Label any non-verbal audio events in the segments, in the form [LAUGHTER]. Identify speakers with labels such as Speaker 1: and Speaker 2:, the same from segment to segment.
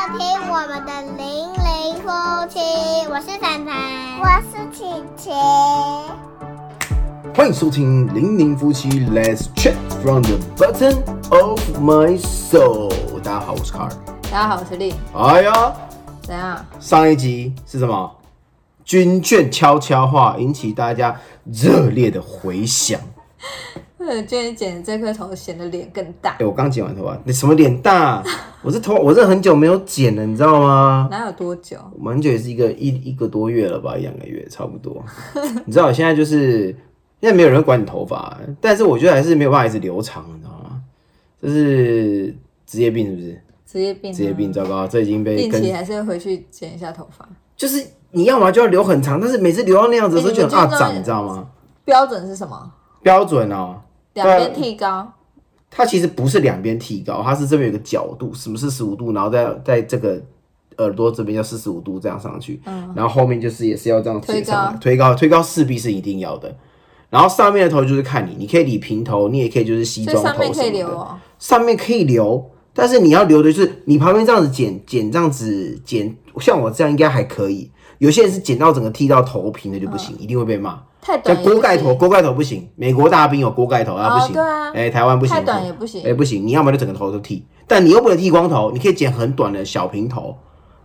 Speaker 1: 我们的零零夫妻，我是凡凡，
Speaker 2: 我是琪琪。
Speaker 3: 欢迎收听《零零夫妻》，Let's chat from the bottom of my soul。大家好，我是卡尔。
Speaker 4: 大家好，我是丽。
Speaker 3: 哎呀，
Speaker 4: 怎样？
Speaker 3: 上一集是什么？军券悄悄话引起大家热烈的回响。
Speaker 4: 我觉得你呃剪这颗头显得脸更大
Speaker 3: 哎、，我刚剪完头发，你什么脸大？我这头，我这很久没有剪了，你知道吗？
Speaker 4: 哪有多久？
Speaker 3: 我蛮久也是一个一一个多月了吧，一两个月差不多。 [LAUGHS] 你知道我现在就是现在没有人会管你头发，但是我觉得还是没有办法一直留长，你知道吗？这是职业病是不是？
Speaker 4: 职业病、啊，
Speaker 3: 职业病，，糟糕，这已经被
Speaker 4: 定期
Speaker 3: 跟
Speaker 4: 还是会回去剪一下头发。
Speaker 3: 就是你要么就要留很长，但是每次留到那样子的时候
Speaker 4: 哎
Speaker 3: 就
Speaker 4: 你
Speaker 3: 很啊
Speaker 4: 们就
Speaker 3: 长，
Speaker 4: 是
Speaker 3: 你知道吗？
Speaker 4: 标准是什么？
Speaker 3: 标准哦，
Speaker 4: 两边剃高，
Speaker 3: 它其实不是两边剃高，它是这边有个角度，什么四十五度，然后再在这个耳朵这边要四十五度这样上去，然后后面就是也是要这样
Speaker 4: 嗯推
Speaker 3: 接上来，推高推高势必是一定要的。然后上面的头就是看你，你可以理平头，你也可以就是西
Speaker 4: 所以
Speaker 3: 装头
Speaker 4: 上面可以
Speaker 3: 什么
Speaker 4: 留
Speaker 3: 的
Speaker 4: 哦。
Speaker 3: 上面可以留，但是你要留的就是你旁边这样子剪剪这样子剪，像我这样应该还可以。有些人是剪到整个剃到头平的就不行，
Speaker 4: 嗯
Speaker 3: 一定会被骂。
Speaker 4: 太短
Speaker 3: 像
Speaker 4: 也不
Speaker 3: 锅盖头，
Speaker 4: 行，
Speaker 3: 锅盖头不行，美国大兵有锅盖头啊，
Speaker 4: 哦
Speaker 3: 不行。
Speaker 4: 对啊
Speaker 3: 哎，台湾不行，
Speaker 4: 太短也不行
Speaker 3: 哎，不行，你要么就整个头都剃，但你又不能剃光头，你可以剪很短的小平头，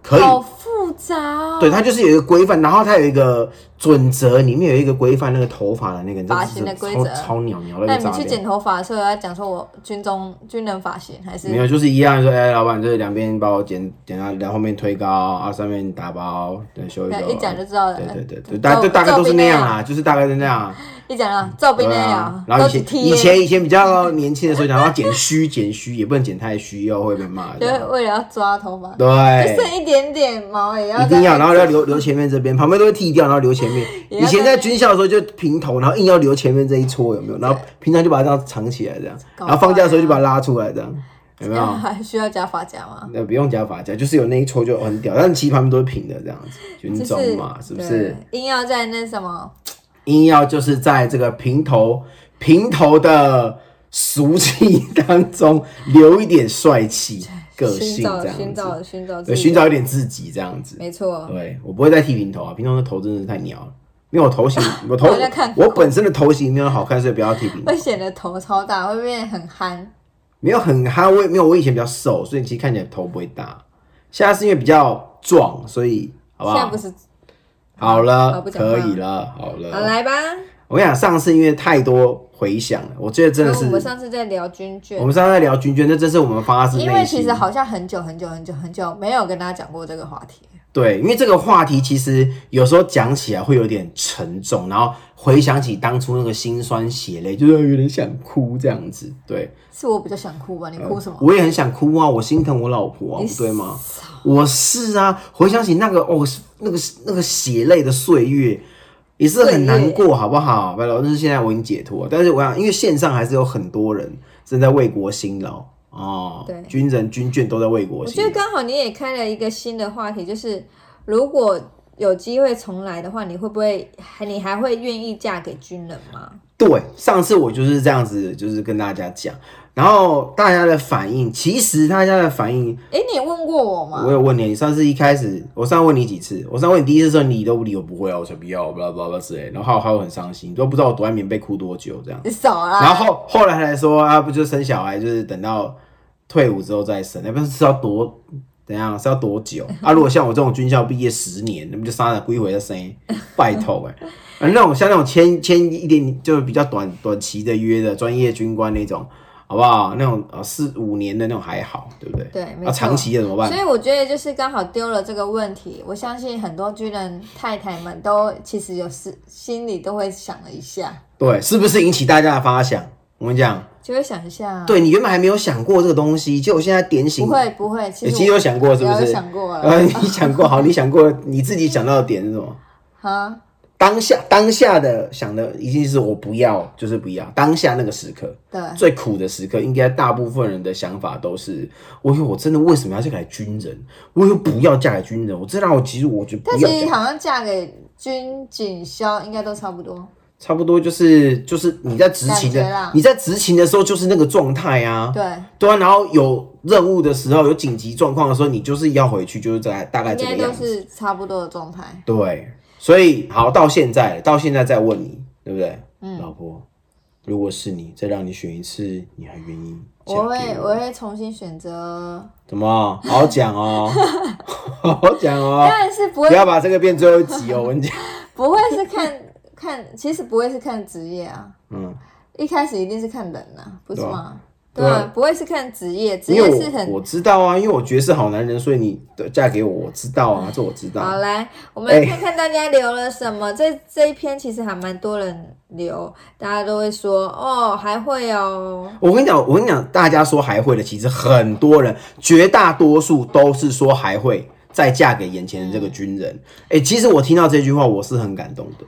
Speaker 3: 可以。
Speaker 4: 好复杂哦。
Speaker 3: 对，它就是有一个规范，然后它有一个准则，里面有一个规范那个头发的那个，
Speaker 4: 发型的规则
Speaker 3: 超超鸟鸟的一
Speaker 4: 那
Speaker 3: 个
Speaker 4: 你
Speaker 3: 炸
Speaker 4: 们去
Speaker 3: 裂
Speaker 4: 剪头发的时候，要讲说我军中军人发型还是
Speaker 3: 没有，就是一样说，哎、老板，这两边把我剪剪到，然后后面推高，啊，上面打包，对，修一修。
Speaker 4: 对一讲就知道了
Speaker 3: 对对对对，
Speaker 4: 嗯
Speaker 3: 大
Speaker 4: 照
Speaker 3: 就大概都是那样
Speaker 4: 照
Speaker 3: 啦，就是大概是那样啊。
Speaker 4: 一讲啊，照兵
Speaker 3: 对
Speaker 4: 那
Speaker 3: 啊
Speaker 4: 样，，
Speaker 3: 然后
Speaker 4: 都
Speaker 3: 以
Speaker 4: 是
Speaker 3: 前
Speaker 4: 贴，
Speaker 3: 以前以前比较哦年轻的时候，想要剪须，剪须也不能剪太虚，又会被骂。这
Speaker 4: 就
Speaker 3: 样
Speaker 4: 是为了要抓头发，
Speaker 3: 对
Speaker 4: 就，剩一点点毛也要
Speaker 3: 一定要，
Speaker 4: 在
Speaker 3: 然后要留留前面这边，旁边都会剃掉，然后留前面。
Speaker 4: 也
Speaker 3: 以
Speaker 4: 要
Speaker 3: 前
Speaker 4: 在
Speaker 3: 在军校的时候就平头，然后硬要留前面这一撮，有没有？然后平常就把它这样藏起来，这样，
Speaker 4: 搞啊
Speaker 3: 然后放假的时候
Speaker 4: 坏啊
Speaker 3: 就把它拉出来，这样，有没有？
Speaker 4: [LAUGHS] 还需要加发夹吗？
Speaker 3: 那不用加发夹，就是有那一撮就很屌，但其实旁边都是平的这样子，军
Speaker 4: 就
Speaker 3: 中嘛，是不是？？
Speaker 4: 对硬要在那什么，
Speaker 3: 硬要就是在这个平头平头的俗气当中留一点帅气个
Speaker 4: 寻
Speaker 3: 性
Speaker 4: 找
Speaker 3: 这样
Speaker 4: 寻
Speaker 3: 子，
Speaker 4: 找寻找自
Speaker 3: 对，
Speaker 4: 己
Speaker 3: 寻找一点嗯自己这样子。
Speaker 4: 没错，
Speaker 3: 对我不会再剃平头啊，平头的头真的是太鸟了，因为我头
Speaker 4: [LAUGHS]
Speaker 3: 型我头
Speaker 4: 我在看
Speaker 3: 我本身的头型没有好看，所以不要剃平头
Speaker 4: 会。显得头超大，会变得很憨。
Speaker 3: 没有很憨，我也没有我以前比较瘦，所以其实看起来头不会大。现在是因为比较壮，所以好不
Speaker 4: 现在
Speaker 3: 好
Speaker 4: 不？是，
Speaker 3: 好
Speaker 4: 好
Speaker 3: 了，
Speaker 4: 不讲话
Speaker 3: 可以了，好
Speaker 4: 好
Speaker 3: 了。
Speaker 4: 来吧。
Speaker 3: 我跟你讲，上次因为太多回响了，我觉得真的
Speaker 4: 跟
Speaker 3: 是
Speaker 4: 我们上次在聊军
Speaker 3: 我
Speaker 4: 卷，
Speaker 3: 们上次在聊军券，那真是我们发自内
Speaker 4: 因
Speaker 3: 心。
Speaker 4: 为其实好像很久很久很久很久没有跟大家讲过这个话题。
Speaker 3: 对，因为这个话题其实有时候讲起来会有点沉重，然后回想起当初那个辛酸血泪，就是有点想哭这样子。对，
Speaker 4: 是我比较想哭吧？你哭什么？
Speaker 3: 嗯我也很想哭啊，我心疼我老婆啊，
Speaker 4: 你
Speaker 3: 不对吗？我是啊，回想起那个哦，那个那个血泪的岁月，也是很难过，好不好？白老师现在我已经解脱，但是我想，因为线上还是有很多人正在为国辛劳哦，
Speaker 4: 对
Speaker 3: 军人军眷都在为国
Speaker 4: 我
Speaker 3: 辛
Speaker 4: 觉得
Speaker 3: 劳。
Speaker 4: 刚好你也开了一个新的话题，就是如果有机会重来的话，你会不会还你还会愿意嫁给军人吗？
Speaker 3: 对，上次我就是这样子，就是跟大家讲，然后大家的反应，其实大家的反应，
Speaker 4: 哎、你有问过我吗？
Speaker 3: 我有问你，你上次一开始，我上次问你几次？我上次问你第一次的时候，你都不理我，不会啊，我才不要，巴拉巴拉之类的，然后还有很伤心，你都不知道我躲在棉被哭多久这样。
Speaker 4: 你少啦。
Speaker 3: 然后后后来还说啊，不就生小孩，就是等到退伍之后再生，那不是要多怎样？是要多久 [LAUGHS] 啊？如果像我这种军校毕业十年，那不就杀了归回再
Speaker 4: [LAUGHS]
Speaker 3: 生？拜托哎、欸，啊那种像那种签签一点就是比较短短期的约的专业军官那种，好不好？那种呃四五年的那种还好，对不对？
Speaker 4: 对没
Speaker 3: 啊，
Speaker 4: 错
Speaker 3: 长期的怎么办
Speaker 4: 所？以我觉得就是刚好丢了这个问题，我相信很多军人太太们都其实有是心里都会想了一下，
Speaker 3: 对，是不是引起大家的发想？我跟你讲，
Speaker 4: 就会想一下、啊，，
Speaker 3: 对你原本还没有想过这个东西，结果现在点醒
Speaker 4: 不
Speaker 3: 你。
Speaker 4: 会不会，其
Speaker 3: 你哎
Speaker 4: 实
Speaker 3: 其实有想过是不
Speaker 4: 我有
Speaker 3: 是？
Speaker 4: 想过了
Speaker 3: 呃，你想过好，你想过你自己想到的点是什么？
Speaker 4: 啊，
Speaker 3: 当下当下的想的一定是我不要，就是不要。当下那个时刻，
Speaker 4: 对，
Speaker 3: 最苦的时刻，应该大部分人的想法都是：我有我真的为什么要嫁给军人？我又不要嫁给军人，我这让我其实我就不
Speaker 4: 但
Speaker 3: 要
Speaker 4: 其实
Speaker 3: 嫁。
Speaker 4: 好像嫁给军警消应该都差不多，
Speaker 3: 差不多就是就是你在执勤
Speaker 4: 感觉
Speaker 3: 的
Speaker 4: 啦
Speaker 3: 你在执勤的时候就是那个状态啊，
Speaker 4: 对，
Speaker 3: 对啊，然后有任务的时候，有紧急状况的时候，你就是要回去，就是在大概
Speaker 4: 应
Speaker 3: 这
Speaker 4: 该
Speaker 3: 个
Speaker 4: 都
Speaker 3: 样子。
Speaker 4: 是差不多的状态。
Speaker 3: 对，所以好到现在，到现在再问你，对不对？
Speaker 4: 嗯
Speaker 3: 老婆，如果是你，再让你选一次，你还愿意嫁
Speaker 4: 我
Speaker 3: 给
Speaker 4: 会
Speaker 3: 我
Speaker 4: 我会重新选择，
Speaker 3: 怎么？好好讲哦，
Speaker 4: [LAUGHS]
Speaker 3: 好好讲哦
Speaker 4: 当， [LAUGHS] 然是不会
Speaker 3: 不要把这个变最后一集哦，我跟
Speaker 4: [LAUGHS]
Speaker 3: 你讲，
Speaker 4: 不会是看 [LAUGHS] 看，其实不会是看职业啊，
Speaker 3: 嗯，
Speaker 4: 一开始一定是看人啊，不是
Speaker 3: 对啊
Speaker 4: 吗？
Speaker 3: 对
Speaker 4: 对
Speaker 3: 啊
Speaker 4: 啊，不会是看职业，职
Speaker 3: 因
Speaker 4: 业
Speaker 3: 为
Speaker 4: 是
Speaker 3: 我
Speaker 4: 很
Speaker 3: 我知道啊，因为我觉得是好男人，所以你嫁给我，我知道
Speaker 4: [LAUGHS]
Speaker 3: 啊，这我知道。
Speaker 4: 好，来，我们
Speaker 3: 哎
Speaker 4: 来看看大家留了什么。这这一篇其实还蛮多人留，大家都会说哦，还会哦，
Speaker 3: 我跟你讲，我跟你讲，大家说还会的，其实很多人，绝大多数都是说还会再嫁给眼前的这
Speaker 4: 嗯
Speaker 3: 个军人。哎、其实我听到这句话，我是很感动的。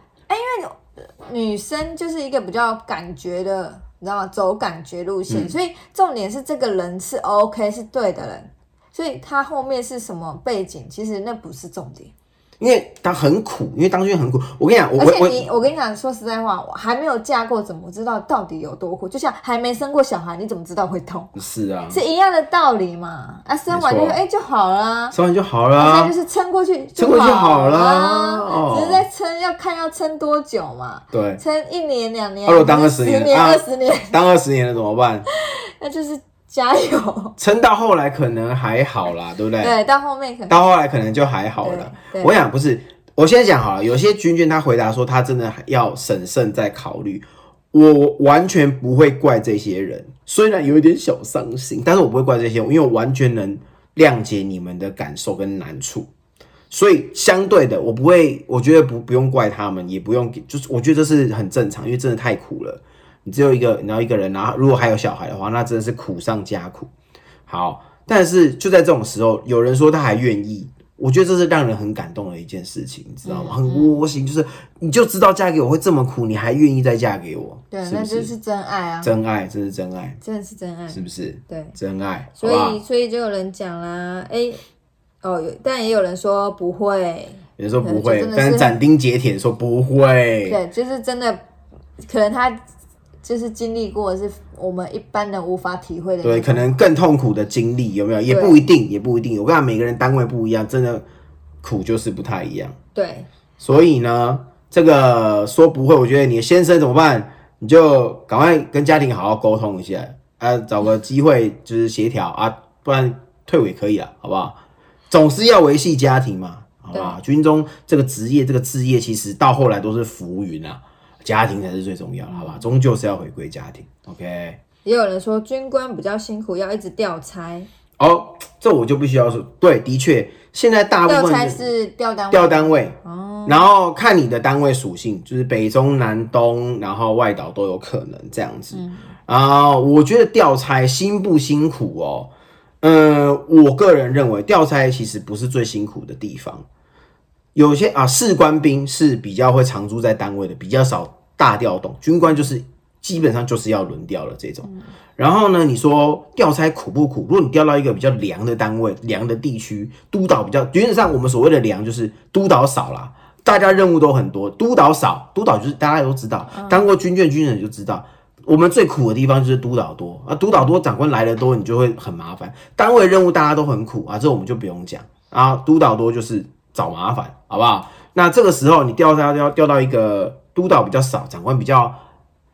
Speaker 4: 女生就是一个比较感觉的，你知道吗？走感觉路
Speaker 3: 嗯
Speaker 4: 线，所以重点是这个人是 OK 是对的人，所以他后面是什么背景，其实那不是重点。
Speaker 3: 因为他很苦，因为当军很苦。我跟你讲，我
Speaker 4: 而
Speaker 3: 我
Speaker 4: 且
Speaker 3: 我
Speaker 4: 你，我跟你讲，说实在话，我还没有嫁过，怎么知道到底有多苦？就像还没生过小孩，你怎么知道会痛？
Speaker 3: 是啊，
Speaker 4: 是一样的道理嘛。啊，生完就
Speaker 3: 没
Speaker 4: 会
Speaker 3: 错
Speaker 4: 哎、就好啦。
Speaker 3: 说完就好啊啦
Speaker 4: 哦现在就。是撑过去，
Speaker 3: 撑过去好啦
Speaker 4: 啦，
Speaker 3: 哦
Speaker 4: 只是在撑，要看要撑多久嘛，
Speaker 3: 对，
Speaker 4: 撑一年、两年，
Speaker 3: 啊如果当
Speaker 4: 还是
Speaker 3: 20
Speaker 4: 十
Speaker 3: 年
Speaker 4: 年、
Speaker 3: 啊
Speaker 4: 二十年， [LAUGHS]
Speaker 3: 当二十年了怎么办？
Speaker 4: 那就是加油。
Speaker 3: 撑到后来可能还好啦，对不对？
Speaker 4: 对，到后面可能
Speaker 3: 到后来可能就还好了。
Speaker 4: 对对
Speaker 3: 我想不是，我先讲好了。有些军眷他回答说，他真的要审慎再考虑。我完全不会怪这些人，虽然有一点小伤心，但是我不会怪这些人，因为我完全能谅解你们的感受跟难处。所以相对的，我不会，我觉得不不用怪他们，也不用给，就是我觉得这是很正常，因为真的太苦了。你只有一个，你要一个人，然后如果还有小孩的话，那真的是苦上加苦。好，但是就在这种时候，有人说他还愿意，我觉得这是让人很感动的一件事情，你知道
Speaker 4: 嗯
Speaker 3: 吗？很窝心，就是你就知道嫁给我会这么苦，你还愿意再嫁给我，
Speaker 4: 对，
Speaker 3: 是
Speaker 4: 那
Speaker 3: 不？
Speaker 4: 就是是真爱啊，
Speaker 3: 真爱，这是真爱，
Speaker 4: 真的是真爱
Speaker 3: 是。不是？
Speaker 4: 对，
Speaker 3: 真爱，
Speaker 4: 所
Speaker 3: 好不
Speaker 4: 以
Speaker 3: 好
Speaker 4: 所以就有人讲啦，哎，哦，有，但也有人说不会，
Speaker 3: 有人说不
Speaker 4: 就
Speaker 3: 会
Speaker 4: 真，的是
Speaker 3: 但是斩钉截铁地说不会，
Speaker 4: 对，就是真的，可能他就是经历过的是我们一般人无法体会的那种，
Speaker 3: 对，可能更痛苦的经历有没有？也不一定，也不一定。我跟你讲，每个人单位不一样，真的苦就是不太一样。
Speaker 4: 对。
Speaker 3: 所以呢，这个说不会，我觉得你的先生怎么办？你就赶快跟家庭好好沟通一下，啊，找个机会就是协调啊，不然退委可以了，好不好？总是要维系家庭嘛，好不好？军中这个职业，这个置业，其实到后来都是浮云啊，家庭才是最重要的，好吧？终究是要回归家庭，OK。
Speaker 4: 也有人说军官比较辛苦，要一直调差，
Speaker 3: 哦，这我就必须要说，对，的确，现在大部
Speaker 4: 调
Speaker 3: 分
Speaker 4: 差
Speaker 3: 人
Speaker 4: 是调单位。
Speaker 3: 调单位，
Speaker 4: 哦，
Speaker 3: 然后看你的单位属性，就是北中南东，然后外岛都有可能这样子。
Speaker 4: 嗯
Speaker 3: 啊、我觉得调差辛不辛苦哦？呃，我个人认为调差其实不是最辛苦的地方。有些啊，士官兵是比较会常驻在单位的，比较少大调动。军官就是基本上就是要轮调了这种。然后呢，你说调差苦不苦？如果你调到一个比较凉的单位、凉的地区，督导比较，原则上我们所谓的凉就是督导少啦，大家任务都很多，督导少，督导就是大家都知道，当过军眷军人就知道。我们最苦的地方就是督导多啊，督导多，长官来的多，你就会很麻烦。单位任务大家都很苦啊，这我们就不用讲啊。督导多就是找麻烦，好不好？那这个时候你调到调调到一个督导比较少，长官比较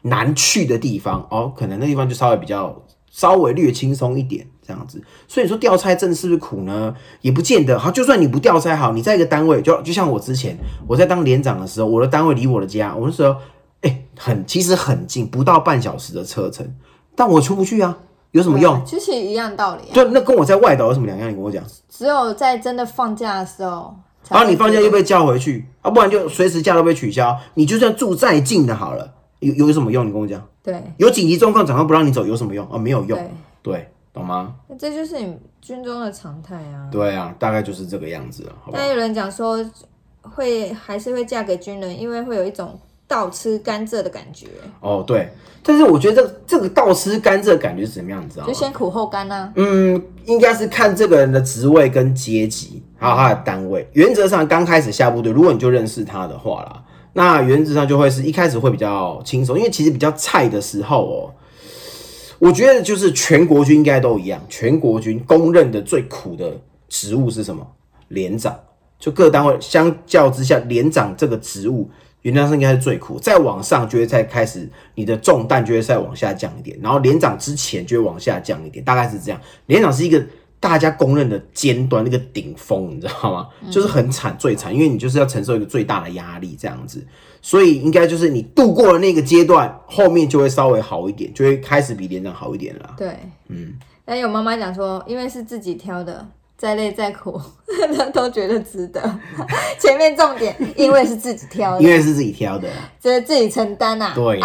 Speaker 3: 难去的地方哦，可能那地方就稍微比较稍微略轻松一点这样子。所以你说调差真的是不是苦呢？也不见得。好，就算你不调差好，你在一个单位，就就像我之前我在当连长的时候，我的单位离我的家，我那时候哎、很其实很近，不到半小时的车程，但我出不去啊，有什么用？
Speaker 4: 其实一样道理、啊，
Speaker 3: 就那跟我在外岛有什么两样？你跟我讲。
Speaker 4: 只有在真的放假的时候才
Speaker 3: 然
Speaker 4: 会觉得，
Speaker 3: 后你放假又被叫回去，啊，不然就随时假都被取消。你就算住再近的好了，有有什么用？你跟我讲，
Speaker 4: 对
Speaker 3: 有紧急状况，长官不让你走，有什么用？啊，没有用，
Speaker 4: 对，
Speaker 3: 对，懂吗？
Speaker 4: 那这就是你军中的常态啊。
Speaker 3: 对啊，大概就是这个样子了，好不好
Speaker 4: 但？有人讲说会还是会嫁给军人，因为会有一种倒吃甘蔗的感觉，
Speaker 3: 哦，对，但是我觉得这个这个倒吃甘蔗的感觉是怎么样，你知道吗
Speaker 4: 就？先苦后甘啊呐、
Speaker 3: 嗯，应该是看这个人的职位跟阶级，还有他的单位。原则上，刚开始下部队，如果你就认识他的话啦，那原则上就会是一开始会比较轻松，因为其实比较菜的时候哦、我觉得就是全国军应该都一样，全国军公认的最苦的职务是什么？连长。就各单位相较之下，连长这个职务原则上应该是最苦，再往上就会再开始你的重担就会再往下降一点，然后连长之前就会往下降一点，大概是这样。连长是一个大家公认的尖端，那个顶峰，你知道吗？就是很惨，最惨，因为你就是要承受一个最大的压力这样子。所以应该就是你度过了那个阶段，后面就会稍微好一点，就会开始比连长好一点了。
Speaker 4: 对，嗯。但有妈妈讲说，因为是自己挑的，再累再苦， [LAUGHS] 都觉得值得。 [LAUGHS] 前面重点，因为是自己挑
Speaker 3: 因
Speaker 4: 的，
Speaker 3: 为是自己挑的，
Speaker 4: 就是自己承担呐、啊。
Speaker 3: 对，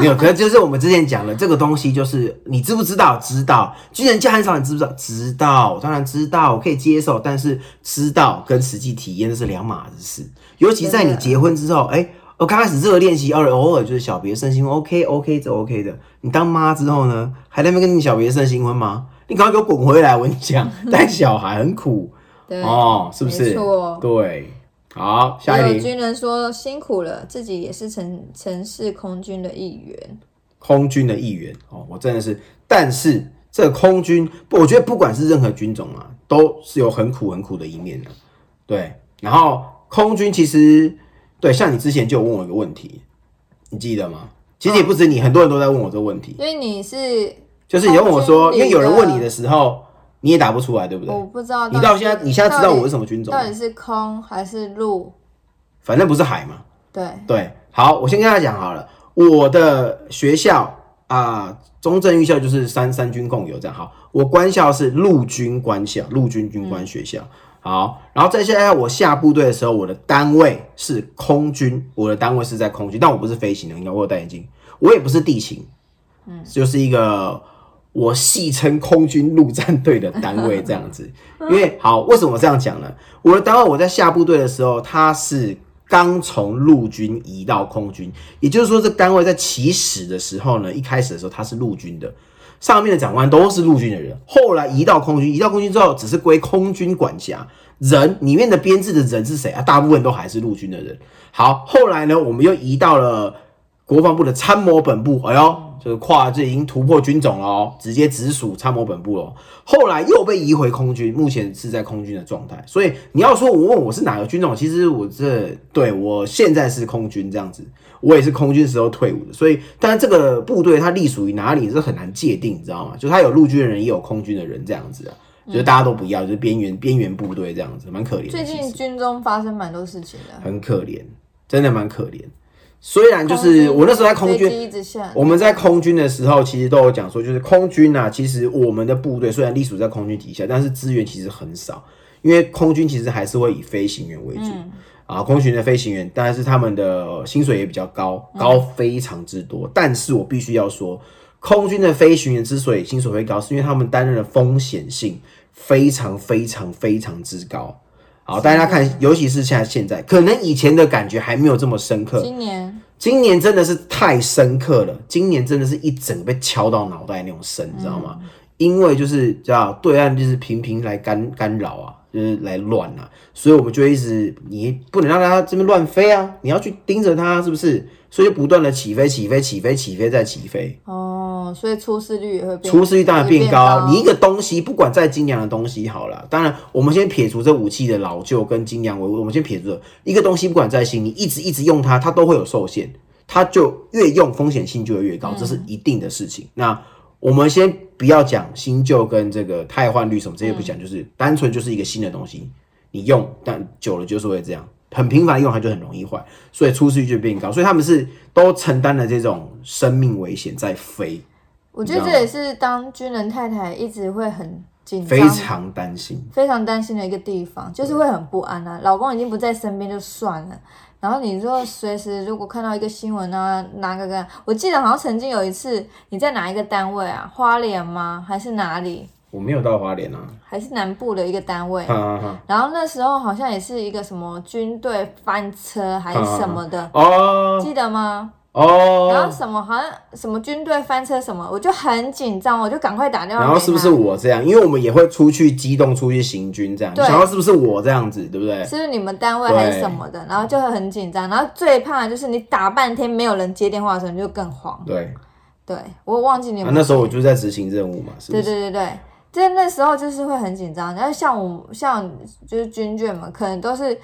Speaker 3: 没有，可是就是我们之前讲了，这个东西就是你知不知道？知道，军人家很少人知不知道？知道，当然知道，我可以接受，但是知道跟实际体验是两码子事。尤其在你结婚之后，哎、我刚开始热恋期，偶尔偶尔就是小别胜新婚，OK OK 这 OK 的。你当妈之后呢，还在那边跟你小别胜新婚吗？你赶快给我滚回来！我跟你
Speaker 4: [LAUGHS]
Speaker 3: 讲，带小孩很苦
Speaker 4: 对，
Speaker 3: 哦，是不
Speaker 4: 没
Speaker 3: 是？
Speaker 4: 错
Speaker 3: 对，好，下一
Speaker 4: 也有
Speaker 3: 题，
Speaker 4: 军人说辛苦了，自己也是城城市空军的一员。
Speaker 3: 空军的一员哦，我真的是，但是这个空军，不我觉得不管是任何军种啊，都是有很苦很苦的一面的、对，然后空军其实对，像你之前就有问我一个问题，你记得吗？其实也不止你，很多人都在问我这个问题，
Speaker 4: 因为你是
Speaker 3: 就是你在问我说，
Speaker 4: 空
Speaker 3: 因
Speaker 4: 军
Speaker 3: 为
Speaker 4: 里
Speaker 3: 有
Speaker 4: 的
Speaker 3: 人问你的哦时候，你也答不出来，对不对？
Speaker 4: 我不知道
Speaker 3: 你到现在，
Speaker 4: 底
Speaker 3: 你现在知道我是什
Speaker 4: 么
Speaker 3: 么军种吗
Speaker 4: 到，底是空还是陆？
Speaker 3: 反正不是海嘛。
Speaker 4: 对，
Speaker 3: 对，好，我先跟大家讲好了，我的学校啊、中正预校就是三三军共有这样。好，我官校是陆军官校，陆军军官学校。好，然后再下来我下部队的时候，我的单位是空军，我的单位是在空军，但我不是飞行的，因为我有戴眼镜，我也不是地勤，嗯，就是一个我戏称空军陆战队的单位这样子。因为好，为什么这样讲呢？我的单位我在下部队的时候，它是刚从陆军移到空军，也就是说，这单位在起始的时候呢，一开始的时候它是陆军的，上面的长官都是陆军的人，后来移到空军，移到空军之后只是归空军管辖。人里面的编制的人是谁啊？大部分都还是陆军的人。好，后来呢，我们又移到了国防部的参谋本部，哎呦，就是跨这已经突破军种了哦，直接直属参谋本部了哦。后来又被移回空军，目前是在空军的状态。所以你要说我问我是哪个军种，其实我这对我现在是空军这样子，我也是空军时候退伍的。所以，但是这个部队它隶属于哪里是很难界定，你知道吗？就它有陆军的人，也有空军的人这样子啊。就是大家都不要，就是边缘边缘部队这样子，蛮可怜的。
Speaker 4: 最
Speaker 3: 其
Speaker 4: 近
Speaker 3: 实
Speaker 4: 军中发生蛮多事情的，
Speaker 3: 很可怜，真的蛮可怜。虽然就是我那时候在空
Speaker 4: 飞
Speaker 3: 军，
Speaker 4: 机一直下，
Speaker 3: 我们在空军的时候，其实都有讲说，就是空军啊，其实我们的部队虽然隶属在空军底下，但是资源其实很少，因为空军其实还是会以飞行员为主、啊，空军的飞行员，但是他们的薪水也比较高，高非常之多。但是我必须要说，空军的飞行员之所以薪水会高，是因为他们担任的风险性非常非常非常之高。好，大家看，尤其是现在现在，可能以前的感觉还没有这么深刻，
Speaker 4: 今年
Speaker 3: 今年真的是太深刻了，今年真的是一整个被敲到脑袋那种深，你知道吗？因为就是叫对岸就是频频来干干扰啊，就是来乱啊，所以我们就一直你不能让它这边乱飞啊，你要去盯着它，是不是？所以就不断的起飞、起飞、起飞、起飞再起飞，
Speaker 4: 哦，所以出事率也会变，
Speaker 3: 出事率当然变高啊。
Speaker 4: 也
Speaker 3: 你一个东西不管再精良的东西好了，当然我们先撇除这武器的老旧跟精良为，我们先撇除了一个东西不管再新，你一直一直用它，它都会有受限。它就越用风险性就会越高，这是一定的事情。那我们先不要讲新旧跟这个汰换率什么这些不讲，就是单纯就是一个新的东西，你用但久了就是会这样，很频繁地用它就很容易坏，所以出事率就变高。所以他们是都承担了这种生命危险在飞，
Speaker 4: 我觉得
Speaker 3: 你
Speaker 4: 这
Speaker 3: 知道吗
Speaker 4: 也是当军人太太一直会很紧张，
Speaker 3: 非常担心。
Speaker 4: 非常担心的一个地方，就是会很不安啊。老公已经不在身边就算了，然后你说随时如果看到一个新闻啊，哪个个，我记得好像曾经有一次你在哪一个单位啊，花莲吗？还是哪里？
Speaker 3: 我没有到花莲啊，
Speaker 4: 还是南部的一个单位
Speaker 3: 哈？哈哈。
Speaker 4: 然后那时候好像也是一个什么军队翻车还是什么的，
Speaker 3: 哦
Speaker 4: 记得吗？然后
Speaker 3: 哦，
Speaker 4: 什么好像什么军队翻车什么，我就很紧张，我就赶快打电话。
Speaker 3: 然后是不是？我这样？因为我们也会出去机动、出去行军这样，你
Speaker 4: 对
Speaker 3: 想到是不是我这样子，对不对？
Speaker 4: 是不是你们单位还是什么的？然后就会很紧张，然后最怕的就是你打半天没有人接电话的时候，你就更慌。
Speaker 3: 对，
Speaker 4: 对我忘记你有
Speaker 3: 啊
Speaker 4: 没有、
Speaker 3: 那时候我就在执行任务嘛，是不
Speaker 4: 对
Speaker 3: 是？
Speaker 4: 对对对，在那时候就是会很紧张。然后像我像就是军眷们，可能都是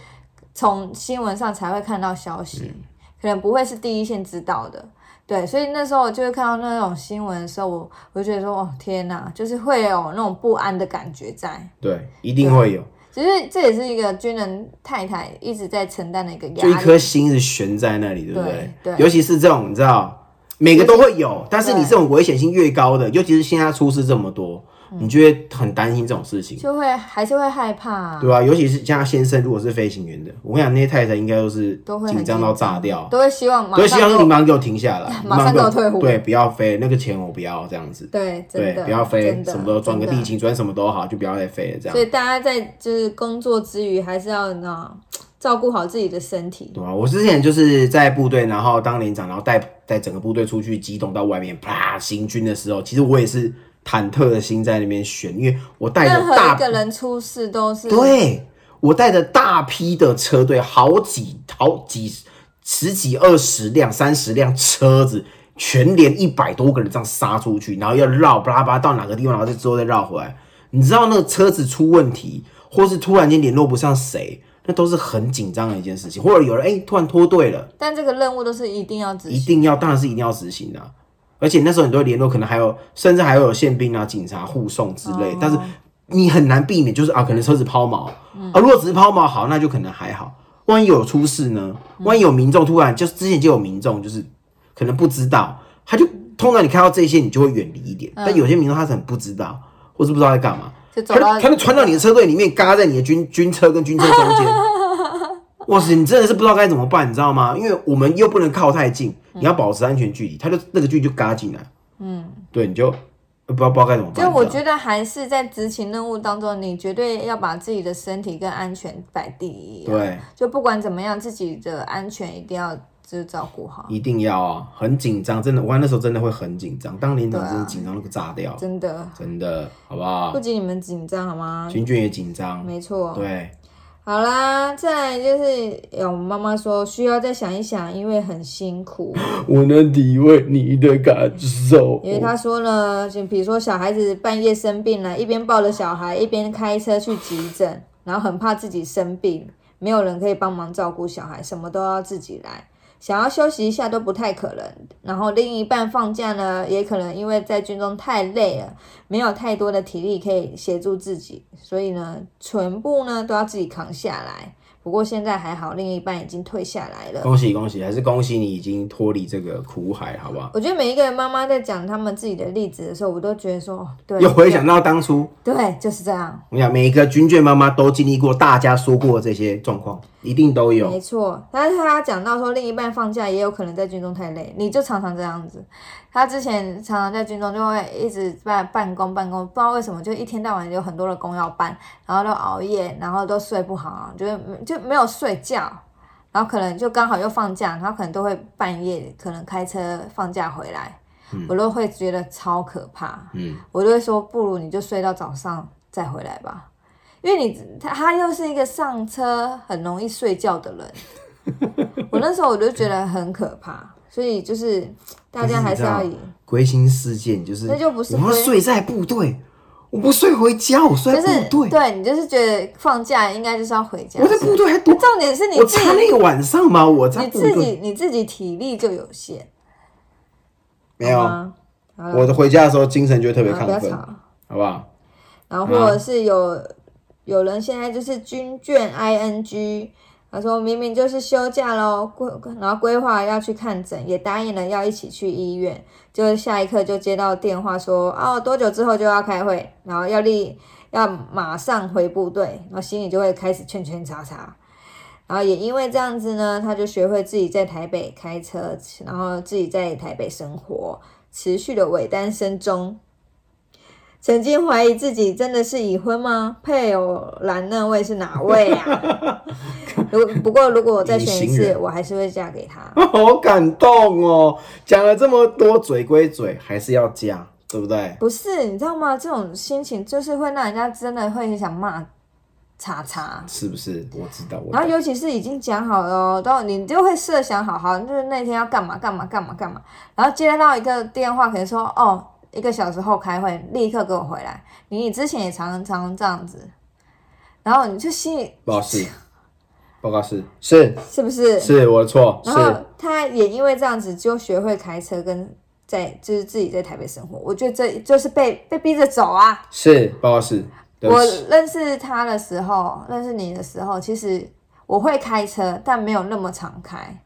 Speaker 4: 从新闻上才会看到消息，
Speaker 3: 嗯
Speaker 4: 可能不会是第一线知道的。对，所以那时候就会看到那种新闻的时候，我我就觉得说，哦天哪，就是会有那种不安的感觉在。
Speaker 3: 对，一定会有，
Speaker 4: 只是这也是一个军人太太一直在承担的一个压
Speaker 3: 就一
Speaker 4: 力。
Speaker 3: 颗心是悬在那里，对不对？
Speaker 4: 对对
Speaker 3: 尤其是这种，你知道，每个都会有，但是你这种危险性越高的，尤其是现在出事这么多，
Speaker 4: 嗯
Speaker 3: 你就会很担心这种事情，
Speaker 4: 就会还是会害怕、啊，
Speaker 3: 对吧、尤其是像他先生如果是飞行员的，我跟你讲，那些太太应该都是
Speaker 4: 都会很
Speaker 3: 紧张到炸掉，
Speaker 4: 都会希望马
Speaker 3: 啊都
Speaker 4: 上
Speaker 3: 希望
Speaker 4: 就
Speaker 3: 你马上给我停下来，
Speaker 4: [LAUGHS] 马上给我退伍
Speaker 3: 对，不要飞，那个钱我不要这样子，
Speaker 4: 对，
Speaker 3: 对
Speaker 4: 真的，
Speaker 3: 不要飞，
Speaker 4: 真的
Speaker 3: 什么都转个
Speaker 4: 真的
Speaker 3: 地勤，转什么都好，就不要再飞了这样
Speaker 4: 所。以大家在就是工作之余，还是要你知道照顾好自己的身体。
Speaker 3: 对啊，我之前就是在部队，然后当连长，然后带带整个部队出去机动到外面，啪行军的时候，其实我也是忐忑的心在那边悬，因为我带
Speaker 4: 任
Speaker 3: 着
Speaker 4: 何
Speaker 3: 大
Speaker 4: 一个人出事都是，
Speaker 3: 对我带着大批的车队，好几好几十几二十辆、三十辆车子，全连一百多个人这样杀出去，然后要绕巴拉巴拉到哪个地方，然后再之后再绕回来。你知道那个车子出问题，或是突然间联络不上谁，那都是很紧张的一件事情。或者有人哎、突然脱队了，
Speaker 4: 但这个任务都是一定要执
Speaker 3: 一
Speaker 4: 行。
Speaker 3: 定要当然是一定要执行的啊、而且那时候很多联络可能还有，甚至还有宪兵啊、警察护送之类，
Speaker 4: 哦
Speaker 3: 但是你很难避免，就是啊，可能车子抛锚、
Speaker 4: 嗯
Speaker 3: 啊，如果只是抛锚好，那就可能还好。万一有出事呢？
Speaker 4: 嗯
Speaker 3: 万一有民众突然就是之前就有民众就是可能不知道，他就通常你看到这些你就会远离一点，
Speaker 4: 嗯
Speaker 3: 但有些民众他是很不知道，或是不知道在干嘛，
Speaker 4: 就走
Speaker 3: 他
Speaker 4: 到
Speaker 3: 就他就穿到你的车队里面，嘎在你的军军车跟军车中
Speaker 4: [LAUGHS]
Speaker 3: 间。哇塞，你真的是不知道该怎么办，你知道吗？因为我们又不能靠太近，你要保持安全距离，他就那个距离就嘎进来。嗯，对，你就呃不知道不知道该怎么办。
Speaker 4: 就我
Speaker 3: 你知道
Speaker 4: 觉得还是在执行任务当中，你绝对要把自己的身体跟安全摆第一、啊。
Speaker 3: 对，
Speaker 4: 就不管怎么样，自己的安全一定要就是照顾好，
Speaker 3: 一定要啊，很紧张，真的，我看那时候真的会很紧张，当连长
Speaker 4: 对啊
Speaker 3: 真的紧张那个炸掉，
Speaker 4: 真的。
Speaker 3: 真的，好不好
Speaker 4: 不？仅你们紧张好吗？
Speaker 3: 军军也紧张，
Speaker 4: 没错。
Speaker 3: 对，
Speaker 4: 好啦，再来就是有妈妈说需要再想一想，因为很辛
Speaker 3: [LAUGHS]
Speaker 4: 苦。
Speaker 3: 我能体会你的感受哦
Speaker 4: 因为他说呢，就比如说小孩子半夜生病了，一边抱着小孩，一边开车去急诊，然后很怕自己生病，没有人可以帮忙照顾小孩，什么都要自己来，想要休息一下都不太可能。然后另一半放假呢，也可能因为在军中太累了，没有太多的体力可以协助自己，所以呢，全部呢都要自己扛下来。不过现在还好，另一半已经退下来了。
Speaker 3: 恭喜恭喜，还是恭喜你已经脱离这个苦海，好不好？
Speaker 4: 我觉得每一个妈妈在讲他们自己的例子的时候，我都觉得说，哦对，
Speaker 3: 又回想到当初，
Speaker 4: 对，就是这样，
Speaker 3: 我想每一个军眷妈妈都经历过大家说过的这些状况，一定都
Speaker 4: 没
Speaker 3: 有。
Speaker 4: 错。但是他讲到说，另一半放假也有可能在军中太累，你就常常这样子。他之前常常在军中就会一直在办公办公，不知道为什么就一天到晚有很多的工要办，然后都熬夜，然后都睡不好，就是就没有睡觉。然后可能就刚好又放假，然后可能都会半夜可能开车放假回来，我都会觉得超可怕。
Speaker 3: 嗯，
Speaker 4: 我就会说，不如你就睡到早上再回来吧，因为你他他又是一个上车很容易睡觉的
Speaker 3: [LAUGHS]
Speaker 4: 人，我那时候我就觉得很可怕，所以就是大家还是要
Speaker 3: 但是你
Speaker 4: 以
Speaker 3: 知道归心似箭，就是
Speaker 4: 那就不是
Speaker 3: 我要
Speaker 4: 归
Speaker 3: 睡在部队，我不睡回家，我睡
Speaker 4: 就
Speaker 3: 在
Speaker 4: 是
Speaker 3: 部队，
Speaker 4: 对啊你就是觉得放假应该就是要回家
Speaker 3: 我，在部队还多，
Speaker 4: 重点是你
Speaker 3: 我
Speaker 4: 自
Speaker 3: 差
Speaker 4: 己
Speaker 3: 那个晚上吗？我在
Speaker 4: 你
Speaker 3: 部
Speaker 4: 自己
Speaker 3: 队
Speaker 4: 你自己体力就有限，
Speaker 3: 没有啊
Speaker 4: 好，吗好了
Speaker 3: 我回家的时候精神就会特别
Speaker 4: 啊好不要
Speaker 3: 亢奋，
Speaker 4: 吵。
Speaker 3: 好不好？ [LAUGHS]
Speaker 4: 然后或者是有、有人现在就是军眷 ing，他说明明就是休假喽，规然后规划要去看诊，也答应了要一起去医院，就下一刻就接到电话说哦多久之后就要开会，然后要立要马上回部队，然后心里就会开始圈圈叉叉。然后也因为这样子呢，他就学会自己在台北开车，然后自己在台北生活，持续的伪单身中。曾经怀疑自己真的是已婚吗？配偶栏那位是哪位啊？ [LAUGHS] 如不过如果我再选
Speaker 3: 隐
Speaker 4: 一
Speaker 3: 形
Speaker 4: 次，
Speaker 3: 人
Speaker 4: 我还是会嫁给他。
Speaker 3: 好感动哦！讲了这么多，嘴归嘴，还是要家，对不对？
Speaker 4: 不是，你知道吗？这种心情就是会让人家真的会很想骂查查。
Speaker 3: 是不是？我知道，我
Speaker 4: 然后
Speaker 3: 懂
Speaker 4: 尤其是已经讲好了哦，到你就会设想好好，就是那天要干嘛干嘛干嘛干嘛，然后接到一个电话，可能说哦，一个小时后开会，立刻给我回来。你之前也常常这样子，然后你就心里
Speaker 3: 报告是，报告是是
Speaker 4: 是不是？
Speaker 3: 是我的错，
Speaker 4: 然后
Speaker 3: 是
Speaker 4: 他也因为这样子就学会开车跟在就是自己在台北生活，我觉得这就是被被逼着走啊。
Speaker 3: 是报告是，对不
Speaker 4: 我
Speaker 3: 起，
Speaker 4: 认识他的时候，认识你的时候，其实我会开车，但没有那么常开，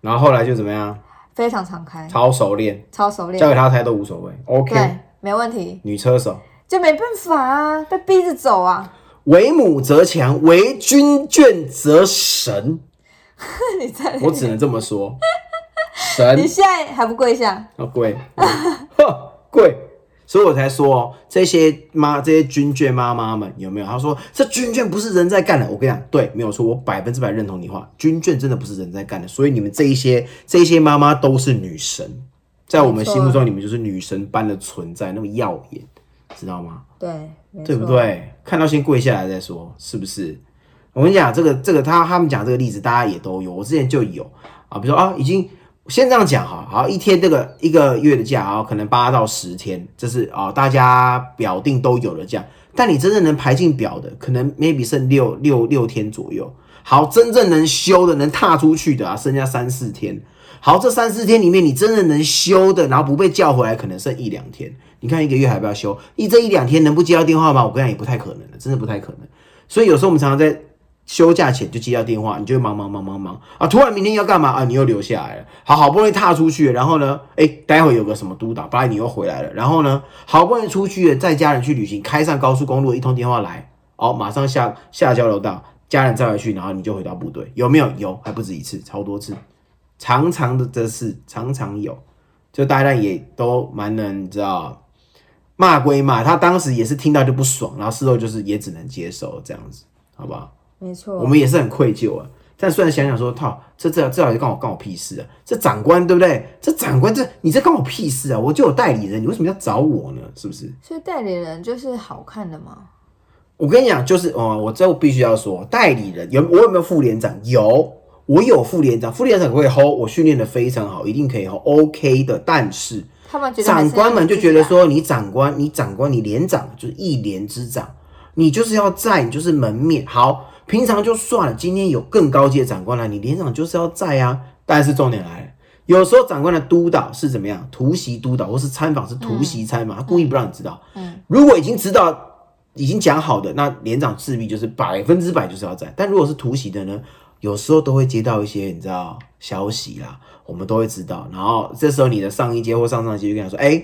Speaker 3: 然后后来就怎么样？
Speaker 4: 非常常开，
Speaker 3: 超熟练，
Speaker 4: 超熟
Speaker 3: 交
Speaker 4: 练，
Speaker 3: 给他开都无所谓，OK，
Speaker 4: 对，没问题，
Speaker 3: 女车手。
Speaker 4: 就没办法啊，被逼着走啊。 [LAUGHS]
Speaker 3: 为母则强，为君眷则神。
Speaker 4: 你在，
Speaker 3: 我只能这么说，
Speaker 4: 你
Speaker 3: 神
Speaker 4: 现在还不跪下？
Speaker 3: 啊贵，哼贵，所以我才说哦，这些妈这些军眷妈妈们有没有？她说这军眷不是人在干的，我跟你讲，对，没有错，我百分之百认同你话，军眷真的不是人在干的，所以你们这一些这一些妈妈都是女神，在我们心目
Speaker 4: 没
Speaker 3: 中你们就是女神般的存在，那么耀眼，知道吗？
Speaker 4: 对，没错
Speaker 3: 对不？对？看到先跪下来再说，是不是？我跟你讲，这个这个他他们讲这个例子，大家也都有，我之前就有啊，比如说啊，已经先这样讲哈，好一天这个一个月的假啊，可能八到十天，这是啊大家表定都有的假，但你真正能排进表的，可能 maybe 剩六六六天左右。好，真正能休的、能踏出去的啊，剩下三四天。好，这三四天里面，你真的能休的，然后不被叫回来，可能剩一两天。你看一个月还不要休，你这一两天能不接到电话吗？我跟你讲，也不太可能了，真的不太可能。所以有时候我们常常在休假前就接到电话，你就会忙忙忙忙忙啊，突然明天要干嘛啊？你又留下来了，好好不容易踏出去了，然后呢，哎、待会有个什么督导，把你又回来了，然后呢，好不容易出去了，带家人去旅行，开上高速公路，一通电话来，哦，马上下下交流道，家人载回去，然后你就回到部队，有没有？有，还不止一次，超多次，常常的这事，常常有，就大家也都蛮能，你知道。骂归骂，他当时也是听到就不爽，然后事后就是也只能接受这样子，好不好？
Speaker 4: 没错，
Speaker 3: 我们也是很愧疚啊。但虽然想想说，操，这这这到底干我干我屁事啊？这长官对不对？这长官这你这干我屁事啊？我就有代理人，你为什么要找我呢？是不是？
Speaker 4: 所以代理人就是好看的嘛。
Speaker 3: 我跟你讲，就是哦，我这我必须要说，代理人有我有没有副连长？有，我有副连长，副连长可以 hold，我训练的非常好，一定可以 hold，OK 的。但是
Speaker 4: 他们觉得还
Speaker 3: 长
Speaker 4: 是要
Speaker 3: 官们就觉得
Speaker 4: 自己啊
Speaker 3: 说，你长官，你长官，你连长就是一连之长，你就是要在，你就是门面。好，平常就算了，今天有更高级的长官来，你连长就是要在啊。但是重点来了，有时候长官的督导是怎么样，突袭督导或是参访是突袭参访，他故意不让你知道。
Speaker 4: 嗯，
Speaker 3: 如果已经知道。已经讲好的，那连长势必就是百分之百就是要在。但如果是突袭的呢，有时候都会接到一些你知道消息啦，我们都会知道。然后这时候你的上一阶或上上阶就跟他说：“哎、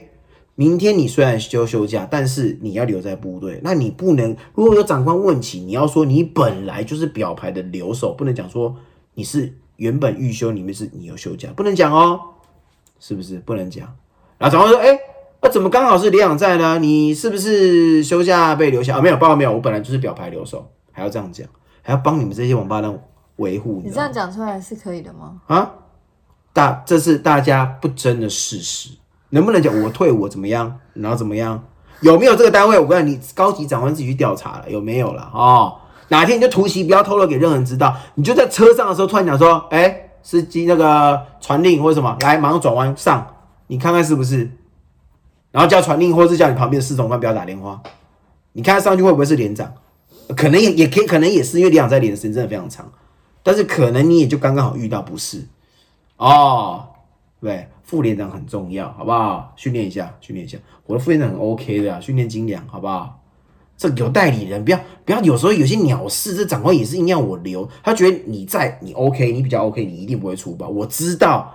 Speaker 3: 明天你虽然休休假，但是你要留在部队，那你不能如果有长官问起，你要说你本来就是表牌的留守，不能讲说你是原本预休，里面是你有休假，不能讲哦，是不是？不能讲。然后长官说：“哎、那、怎么刚好是连长在呢？你是不是休假被留下啊？没有，报告没有，我本来就是表牌留守，还要这样讲，还要帮你们这些王八蛋维护，
Speaker 4: 你
Speaker 3: 知
Speaker 4: 这
Speaker 3: 道吗
Speaker 4: 样讲出来是可以的吗？
Speaker 3: 啊，大这是大家不争的事实，能不能讲我退我怎么样，然后怎么样，有没有这个单位？我告诉你，高级长官自己去调查了，有没有了哦？哪天你就突袭，不要透露给任何人知道，你就在车上的时候突然讲说，哎、司机那个传令或者什么，来马上转弯上，你看看是不是？然后叫传令，或是叫你旁边的侍从官不要打电话，你看他上去会不会是连长？可能也也可以，可能也是因为连长在连的时间真的非常长，但是可能你也就刚刚好遇到不是哦。对，副连长很重要，好不好？训练一下，训练一下。我的副连长很 OK 的、啊，训练精良，好不好？这有代理人，不要不要，有时候有些鸟事，这长官也是硬要我留，他觉得你在，你 OK，你比较 OK，你一定不会出包，我知道。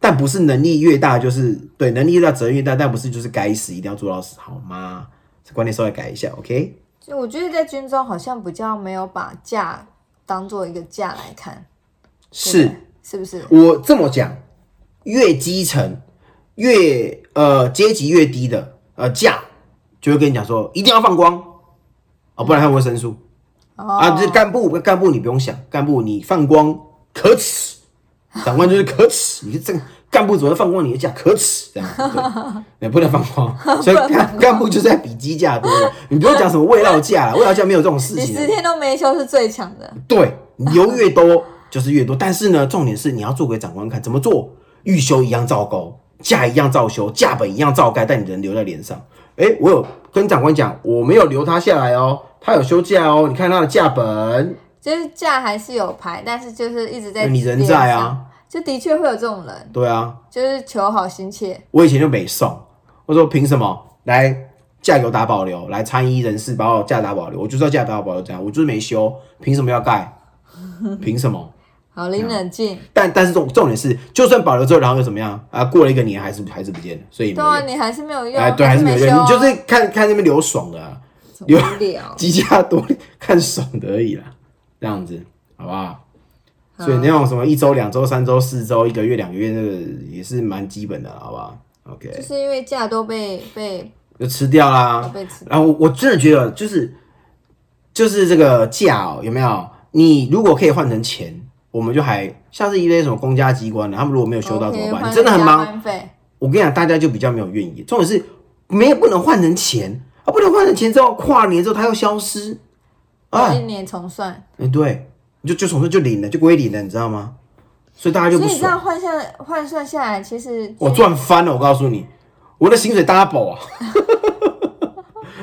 Speaker 3: 但不是能力越大就是对，能力越大责任越大，但不是就是该死一定要做到死，好吗？这观念稍微改一下，OK？
Speaker 4: 就我觉得在军中好像比较没有把假当做一个假来看，对
Speaker 3: 是
Speaker 4: 不对是不是？
Speaker 3: 我这么讲，越基层、越呃阶级越低的呃价，就会跟你讲说一定要放光哦，不然他会申诉、
Speaker 4: 哦
Speaker 3: 啊。这干部干部你不用想，干部你放光可耻，长官就是可耻，你这个干部怎么会放过你的假？可耻！这样子，对
Speaker 4: [LAUGHS]
Speaker 3: 也不能放过。所以干干部就是在比鸡架多的，你不用讲什么慰劳假啦，慰劳假没有这种事
Speaker 4: 你
Speaker 3: 情的
Speaker 4: 十。天都没休是最强的。
Speaker 3: 对，你留越多就是越多，但是呢，重点是你要做给长官看，怎么做？预修一样照高，假一样照休，假本一样照盖，但你人留在脸上。哎、我有跟长官讲，我没有留他下来哦，他有休假哦，你看他的假本，
Speaker 4: 就是假还是有排，但是就是一直在
Speaker 3: 你人
Speaker 4: 边
Speaker 3: 在
Speaker 4: 上，
Speaker 3: 啊，
Speaker 4: 就的确会有这种人，
Speaker 3: 对啊，
Speaker 4: 就是求好心切，
Speaker 3: 我以前就没送，我说凭什么来价格打保留，来参议人士把我价打保留，我就知道价打保留怎样，我就是没修，凭什么要盖？凭什么？
Speaker 4: 好，你
Speaker 3: 啊
Speaker 4: 冷静。
Speaker 3: 但但是重重点是，就算保留之后，然后又怎么样啊？过了一个年还是还是不见了，所以没
Speaker 4: 对
Speaker 3: 有
Speaker 4: 啊，
Speaker 3: 用。
Speaker 4: 你还是没有用，
Speaker 3: 哎，对，还
Speaker 4: 还
Speaker 3: 是没有
Speaker 4: 修
Speaker 3: 用。
Speaker 4: 啊，
Speaker 3: 你就是看看那边流爽的、啊，
Speaker 4: 很
Speaker 3: 有
Speaker 4: 无聊。
Speaker 3: 鸡架多看爽的而已啦，这样子好不好？ [LAUGHS] 所
Speaker 4: 嗯
Speaker 3: 以那种什么一周、两周、三周、四周、一个月、两个月，那个也是蛮基本的啦，好不好？OK，
Speaker 4: 就是因为假都被被
Speaker 3: 就吃掉啦
Speaker 4: 都。被吃，
Speaker 3: 然后我我真的觉得就是就是这个价哦，有没有？你如果可以换成钱，我们就还像是一些什么公家机关的，他们如果没有修到怎么
Speaker 4: OK，
Speaker 3: 办？
Speaker 4: 换
Speaker 3: 你真的很
Speaker 4: 加
Speaker 3: 忙。
Speaker 4: 班费
Speaker 3: 我跟你讲，大家就比较没有怨言。重点是没有不能换成钱啊，不能换成钱之后跨年之后它又消失啊，
Speaker 4: 一
Speaker 3: 哎、
Speaker 4: 年重算，
Speaker 3: 对，你就就从这就领了，就归零了，你知道吗？所以大家就
Speaker 4: 所
Speaker 3: 不
Speaker 4: 以这样
Speaker 3: 爽。
Speaker 4: 换下换算下来，其实
Speaker 3: 我赚翻了，我告诉你，我的薪水 double 啊， [LAUGHS]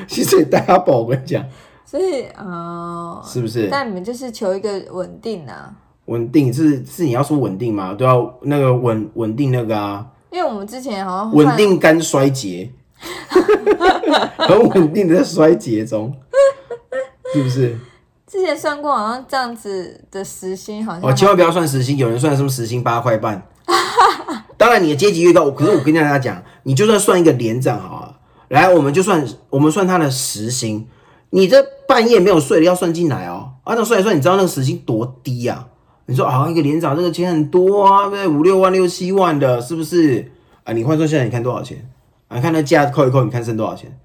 Speaker 3: 薪水 double，我跟你讲，
Speaker 4: 所以呃，
Speaker 3: 是不是？
Speaker 4: 但你们就是求一个稳定啊，
Speaker 3: 稳定是是你要说稳定嘛，都要那个稳稳定那个啊，
Speaker 4: 因为我们之前好像换
Speaker 3: 稳定肝衰竭，
Speaker 4: [LAUGHS]
Speaker 3: 很稳定的在衰竭中，是不是？
Speaker 4: 之前算过，好像这样子的时薪好像
Speaker 3: 哦，千万不要算时薪，有人算什么时薪八块半， [LAUGHS] 当然你的阶级越高，可是我跟大家讲，你就算算一个连长好了，来我们就算我们算他的时薪，你这半夜没有睡的要算进来哦，啊那算一算，你知道那个时薪多低啊？你说啊一个连长这个钱很多啊，对不对五六万六七万的，是不是？啊你换算下来你看多少钱？啊你看那价扣一扣，你看剩多少钱？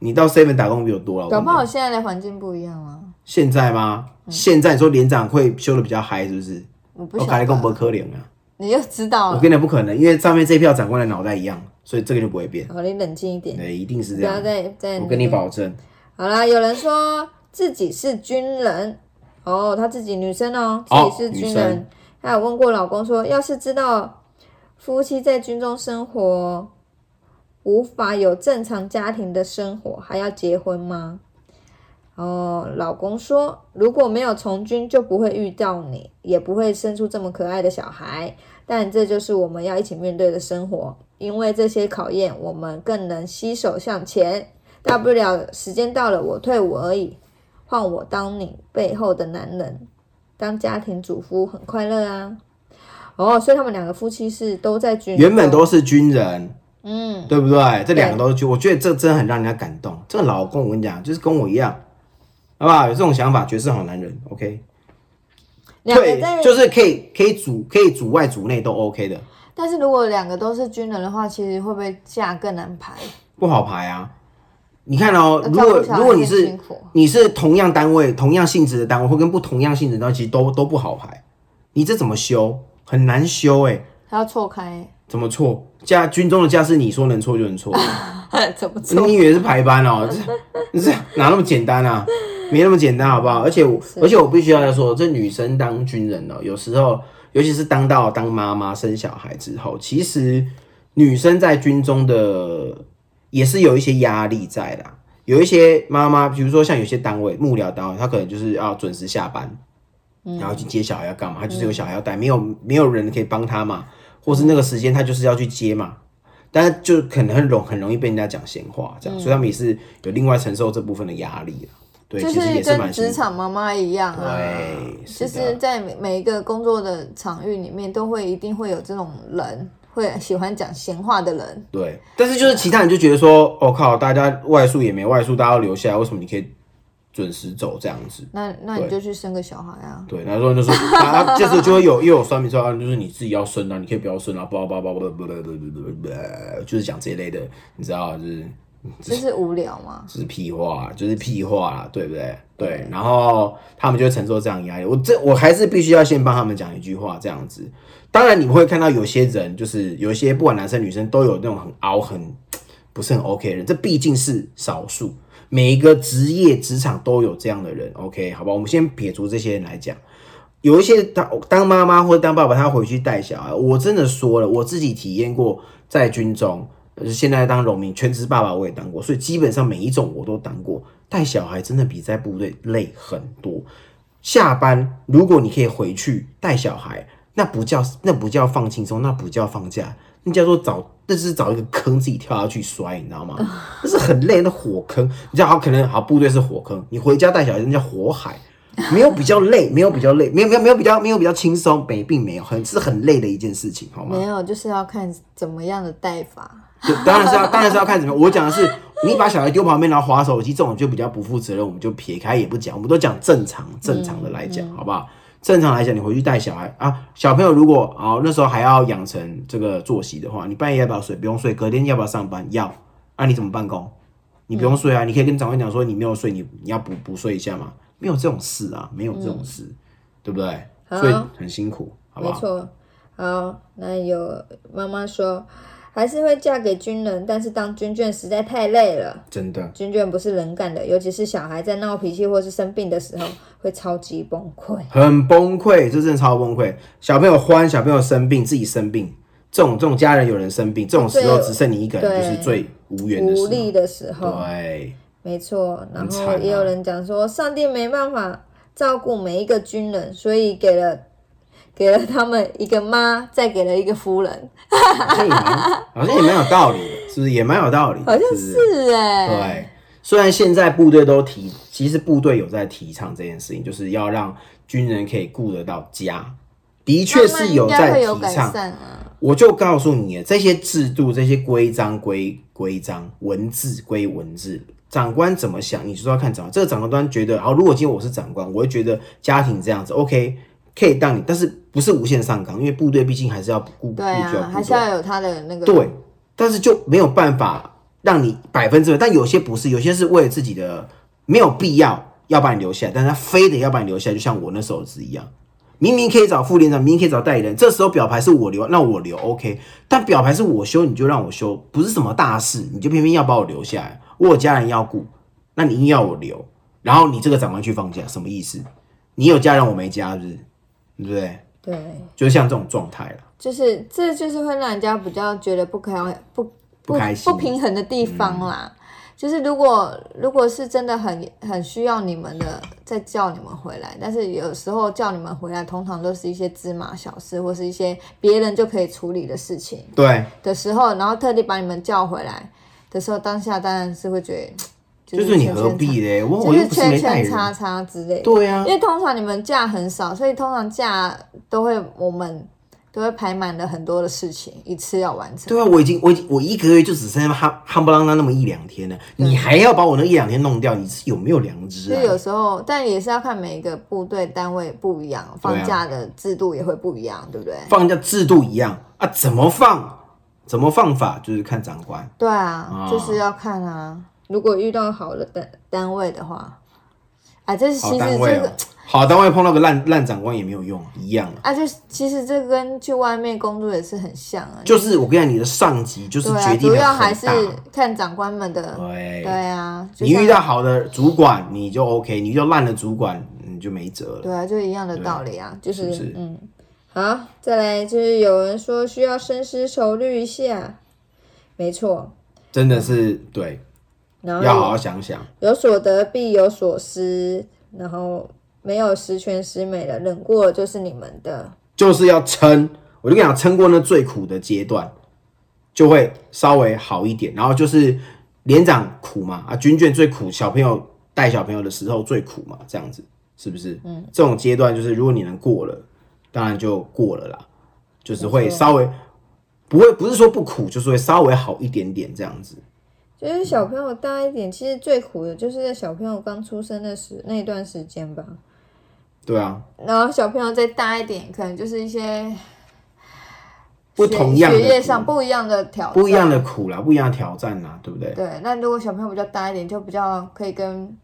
Speaker 3: 你到 seven 打工比我多了，我跟
Speaker 4: 搞
Speaker 3: 你
Speaker 4: 不
Speaker 3: 讲
Speaker 4: 好现嗯在的环境不一样啊，
Speaker 3: 现在吗？现在你说连长会修的比较嗨，是不是？
Speaker 4: 我不
Speaker 3: 我
Speaker 4: 晓
Speaker 3: 感觉更不
Speaker 4: 得，哦
Speaker 3: 可能啊！
Speaker 4: 你就知道
Speaker 3: 我
Speaker 4: 了。
Speaker 3: 跟你讲不可能，因为上面这一票长官的脑袋一样，所以这个就不会变。
Speaker 4: 好，你冷静一点，
Speaker 3: 对，一定是
Speaker 4: 不
Speaker 3: 这样
Speaker 4: 要。再再。
Speaker 3: 我跟你。保证，
Speaker 4: 好啦，有人说自己是军人，哦，她自己女生哦，
Speaker 3: 哦
Speaker 4: 自己是军
Speaker 3: 女
Speaker 4: 人
Speaker 3: 生。
Speaker 4: 她有问过老公说，要是知道夫妻在军中生活无法有正常家庭的生活，还要结婚吗？哦，老公说，如果没有从军，就不会遇到你，也不会生出这么可爱的小孩。但这就是我们要一起面对的生活，因为这些考验，我们更能携手向前。大不了时间到了，我退伍而已，换我当你背后的男人，当家庭主夫很快乐啊。哦，所以他们两个夫妻是都在军中，
Speaker 3: 原本都是军人，
Speaker 4: 嗯，
Speaker 3: 对不对？这两个都是军，我觉得这真的很让人家感动。这个老公，我跟你讲，就是跟我一样，好不好？有这种想法，绝世好男人。OK，
Speaker 4: 两个
Speaker 3: 对
Speaker 4: 在，
Speaker 3: 就是可以可以主可以主外主内都 OK 的，
Speaker 4: 但是如果两个都是军人的话，其实会不会架更难排？
Speaker 3: 不好排啊。你看哦，
Speaker 4: 要
Speaker 3: 如
Speaker 4: 照顾
Speaker 3: 果
Speaker 4: 小孩
Speaker 3: 如果你
Speaker 4: 更
Speaker 3: 是
Speaker 4: 辛苦
Speaker 3: 你是同样单位、同样性质的单位，或跟不同样性质的单位，其实都都不好排。你这怎么修？很难修哎、
Speaker 4: 还要错开，
Speaker 3: 怎么错？假军中的假是你说能错就能错，
Speaker 4: [LAUGHS] 怎么错？
Speaker 3: [LAUGHS] 你以为是排班哦、这这哪那么简单啊？没那么简单好不好？而且我
Speaker 4: 是
Speaker 3: 而且我必须要说，这女生当军人哦、有时候尤其是当到当妈妈生小孩之后，其实女生在军中的也是有一些压力在啦。有一些妈妈，比如说像有些单位幕僚单位，她可能就是要准时下班，
Speaker 4: 嗯
Speaker 3: 然后去接小孩要干嘛？她就是有小孩要带，没有没有人可以帮她嘛，或是那个时间她就是要去接嘛。但是就可能很容很容易被人家讲闲话，
Speaker 4: 嗯
Speaker 3: 这样，所以他们也是有另外承受这部分的压力啊。对，
Speaker 4: 就
Speaker 3: 其实也是
Speaker 4: 跟
Speaker 3: 蛮辛
Speaker 4: 职
Speaker 3: 苦。
Speaker 4: 场妈妈一样啊，
Speaker 3: 对，
Speaker 4: 就是
Speaker 3: 的
Speaker 4: 是在每每一个工作的场域里面，都会一定会有这种人，会喜欢讲闲话的人。
Speaker 3: 对，但是就是其他人就觉得说，我、靠，大家外宿也没外宿，大家要留下来，为什么你可以准时走这样子？
Speaker 4: 那那你
Speaker 3: 对
Speaker 4: 就去生个小孩
Speaker 3: [LAUGHS]
Speaker 4: 啊，
Speaker 3: 对，然后就是，然后这时候就会有又有酸民说，啊，就是你自己要生啊，你可以不要生啊，叭叭叭叭叭叭叭叭叭，就是讲这一类的，你知道，就是
Speaker 4: 就是无聊嘛。
Speaker 3: 就是屁话，就是屁话啦，对不对？对，然后他们就会承受这样的压力。我这我还是必须要先帮他们讲一句话，这样子。当然，你会看到有些人，就是有些不管男生女生，都有那种很凹、很不是很 OK 的人，这毕竟是少数。每一个职业职场都有这样的人，OK，好吧？我们先撇除这些人来讲，有一些当当妈妈或者当爸爸，他回去带小孩，我真的说了，我自己体验过在军中，呃现在当农民，全职爸爸我也当过，所以基本上每一种我都当过。带小孩真的比在部队累很多。下班如果你可以回去带小孩，那不叫那不叫放轻松，那不叫放假，那叫做找那是找一个坑自己跳下去摔，你知道吗？那是很累的火坑。你知道好可能好部队是火坑，你回家带小孩那叫火海。没有比较累，没有比较累，没有没有没有比较没有比较轻松，没并没有，很是很累的一件事情，好吗
Speaker 4: 没？有，就是要看怎么样的带法。
Speaker 3: 就当然是要，当 [LAUGHS] 然是要看怎么样。我讲的是，你把小孩丢旁边，然后划手机，这种就比较不负责任，我们就撇开也不讲，我们都讲正常正常的来
Speaker 4: 嗯
Speaker 3: 讲，好不好？正常来讲，你回去带小孩啊，小朋友如果啊、那时候还要养成这个作息的话，你半夜要不要睡？不用睡，隔天要不要上班？要。啊，你怎么办公？你不用睡
Speaker 4: 嗯
Speaker 3: 啊，你可以跟长官讲说你没有睡，你你要补补睡一下嘛。没有这种事啊，没有这种事，对不对？
Speaker 4: 好
Speaker 3: 所以很辛苦，好不
Speaker 4: 嗯没
Speaker 3: 好？
Speaker 4: 错，好，那有妈妈说，还是会嫁给军人，但是当军眷实在太累了。
Speaker 3: 真的，
Speaker 4: 军眷不是人干的，尤其是小孩在闹脾气或是生病的时候，会超级崩溃。
Speaker 3: 很崩溃，这真的超崩溃。小朋友欢，小朋友生病，自己生病，这种这种家人有人生病，这种时候
Speaker 4: 对
Speaker 3: 只剩你一个人，
Speaker 4: 对
Speaker 3: 就是最无缘的时
Speaker 4: 无
Speaker 3: 候。
Speaker 4: 力的时候，
Speaker 3: 对，啊
Speaker 4: 没错。然
Speaker 3: 很惨
Speaker 4: 后也有
Speaker 3: 啊
Speaker 4: 人讲说，上帝没办法照顾每一个军人，所以给了给了他们一个妈，再给了一个夫人，
Speaker 3: 好像也蛮，好
Speaker 4: [LAUGHS]
Speaker 3: 像也蛮有道理的，是不是？也蛮有道理的，
Speaker 4: 好像
Speaker 3: 是不是
Speaker 4: 是哎、
Speaker 3: 对，虽然现在部队都提，其实部队有在提倡这件事情，就是要让军人可以顾得到家，的确
Speaker 4: 慢慢
Speaker 3: 是
Speaker 4: 应该
Speaker 3: 在
Speaker 4: 会
Speaker 3: 提
Speaker 4: 有改
Speaker 3: 倡。
Speaker 4: 善啊。
Speaker 3: 我就告诉你，这些制度、这些规章归规章，文字归文字。长官怎么想，你就是要看长官。这个长官端觉得，好，如果今天我是长官，我会觉得家庭这样子，OK，可以当你，但是不是无限上纲，因为部队毕竟还是要顾顾
Speaker 4: 对
Speaker 3: 及到
Speaker 4: 啊，还
Speaker 3: 部
Speaker 4: 是
Speaker 3: 队。
Speaker 4: 要有他的那个
Speaker 3: 对，但是就没有办法让你百分之百。但有些不是，有些是为了自己的没有必要要把你留下来，但是他非得要把你留下来，就像我那时候是一样。明明可以找副连长，明明可以找代理人，这时候表牌是我留，那我留 OK。但表牌是我修，你就让我修，不是什么大事，你就偏偏要把我留下来。我有家人要顾，那你硬要我留，然后你这个长官去放假，什么意思？你有家人我没家，是不是？对不对？
Speaker 4: 对，
Speaker 3: 就是像这种状态了。
Speaker 4: 就是这就是会让人家比较觉得不开不
Speaker 3: 不开心嗯
Speaker 4: 不平衡的地方啦。就是如果如果是真的很很需要你们的，再叫你们回来，但是有时候叫你们回来，通常都是一些芝麻小事或是一些别人就可以处理的事情
Speaker 3: 对，
Speaker 4: 的时候，然后特地把你们叫回来的时候，当下当然是会觉得
Speaker 3: 就是你何必嘞？我
Speaker 4: 就
Speaker 3: 我又
Speaker 4: 是
Speaker 3: 不是
Speaker 4: 圈
Speaker 3: 没带
Speaker 4: 圈
Speaker 3: 人。
Speaker 4: 叉叉之类的。
Speaker 3: 对啊
Speaker 4: 因，为通常你们假很少，所以通常假都会我们都会排满了很多的事情，一次要完成。
Speaker 3: 对啊，我已经我已经我一个月就只剩下夯夯不啷当那么一两天了，你还要把我那一两天弄掉，你是有没有良知
Speaker 4: 所
Speaker 3: 啊
Speaker 4: 以？有时候，但也是要看每一个部队单位不一样，
Speaker 3: 对啊
Speaker 4: 放假的制度也会不一样，对不对？
Speaker 3: 放假制度一样啊，怎么放？怎么放法就是看长官，
Speaker 4: 对啊，
Speaker 3: 啊
Speaker 4: 就是要看啊。如果遇到好的单单位的话，啊，这是
Speaker 3: 好
Speaker 4: 其实
Speaker 3: 单
Speaker 4: 这
Speaker 3: 位哦
Speaker 4: 个，
Speaker 3: 好单位碰到个烂烂长官也没有用，一样啊。
Speaker 4: 啊，就其实这跟去外面工作也是很像啊。
Speaker 3: 就是我跟你讲，你的上级就是
Speaker 4: 对啊，
Speaker 3: 决定
Speaker 4: 主
Speaker 3: 的
Speaker 4: 要
Speaker 3: 很
Speaker 4: 还是
Speaker 3: 大。
Speaker 4: 看长官们的。
Speaker 3: 对
Speaker 4: 对啊，就
Speaker 3: 你
Speaker 4: 像
Speaker 3: 遇到好的主管你就 OK，你遇到烂的主管你就没辙了。
Speaker 4: 对啊，就一样的道理啊，就是
Speaker 3: 是不是
Speaker 4: 嗯，好，再来就是有人说需要深思熟虑一下，没错，
Speaker 3: 真的是对，
Speaker 4: 然
Speaker 3: 要好
Speaker 4: 后
Speaker 3: 好想想。
Speaker 4: 有有所得必有所失，然后没有十全十美的，忍过了就是你们的，
Speaker 3: 就是要撑。我就跟你讲，撑过那最苦的阶段，就会稍微好一点。然后就是连长苦嘛，啊，军眷最苦，小朋友带小朋友的时候最苦嘛，这样子是不是？嗯，这种阶段就是如果你能过了，当然就过了啦，就是会稍微不会不是说不苦，就是会稍微好一点点这样子。
Speaker 4: 就是
Speaker 3: 嗯
Speaker 4: 小朋友大一点，其实最苦的就是在小朋友刚出生的时那段时间吧，
Speaker 3: 对啊，
Speaker 4: 然后小朋友再大一点，可能就是一些
Speaker 3: 不同样的
Speaker 4: 学业
Speaker 3: 苦
Speaker 4: 上不一样的挑战，
Speaker 3: 不一样的苦啦，不一样的挑战啦，对不对？
Speaker 4: 对，那如果小朋友比较大一点，就比较可以跟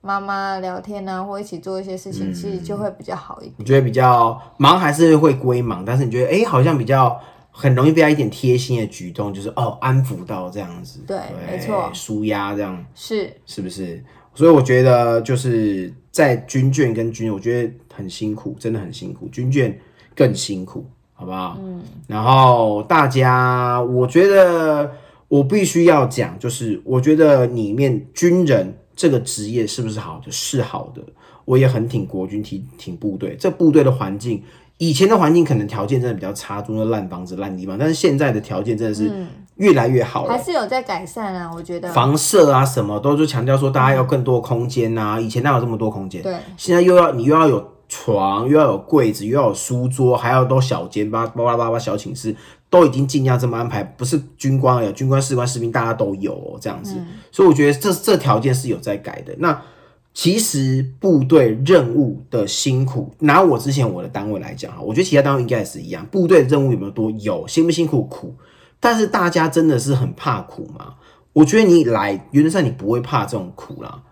Speaker 4: 妈妈聊天啊，或一起做一些事情，其实
Speaker 3: 嗯
Speaker 4: 就会比较好一点。
Speaker 3: 你觉得比较忙还是会归忙，但是你觉得哎、诶好像比较很容易被他一点贴心的举动，就是哦安抚到这样子，
Speaker 4: 对没错
Speaker 3: 舒压这样
Speaker 4: 是，
Speaker 3: 是不是？所以我觉得就是在军眷跟军，我觉得很辛苦，真的很辛苦，军眷更辛苦，好不好？嗯。然后大家，我觉得我必须要讲，就是我觉得里面军人这个职业是不是好的？是好的，我也很挺国军，挺挺部队。这部队的环境，以前的环境可能条件真的比较差，住那烂房子、烂地方，但是现在的条件真的是越来越好了。
Speaker 4: 还是有在改善啊，我觉得。
Speaker 3: 房舍啊什么都就强调说大家要更多空间啊，以前哪有这么多空间？
Speaker 4: 对，
Speaker 3: 现在又要你又要有床，又要有柜子，又要有书桌，还要都小间巴巴拉巴拉小寝室，都已经尽量这么安排，不是军官有军官、士官、士兵大家都有、哦、这样子，所以我觉得这这条件是有在改的。那其实部队任务的辛苦，拿我之前我的单位来讲哈，我觉得其他单位应该也是一样。部队任务有没有多？有，辛不辛苦？苦。但是大家真的是很怕苦吗？我觉得你来，原则上你不会怕这种苦啦。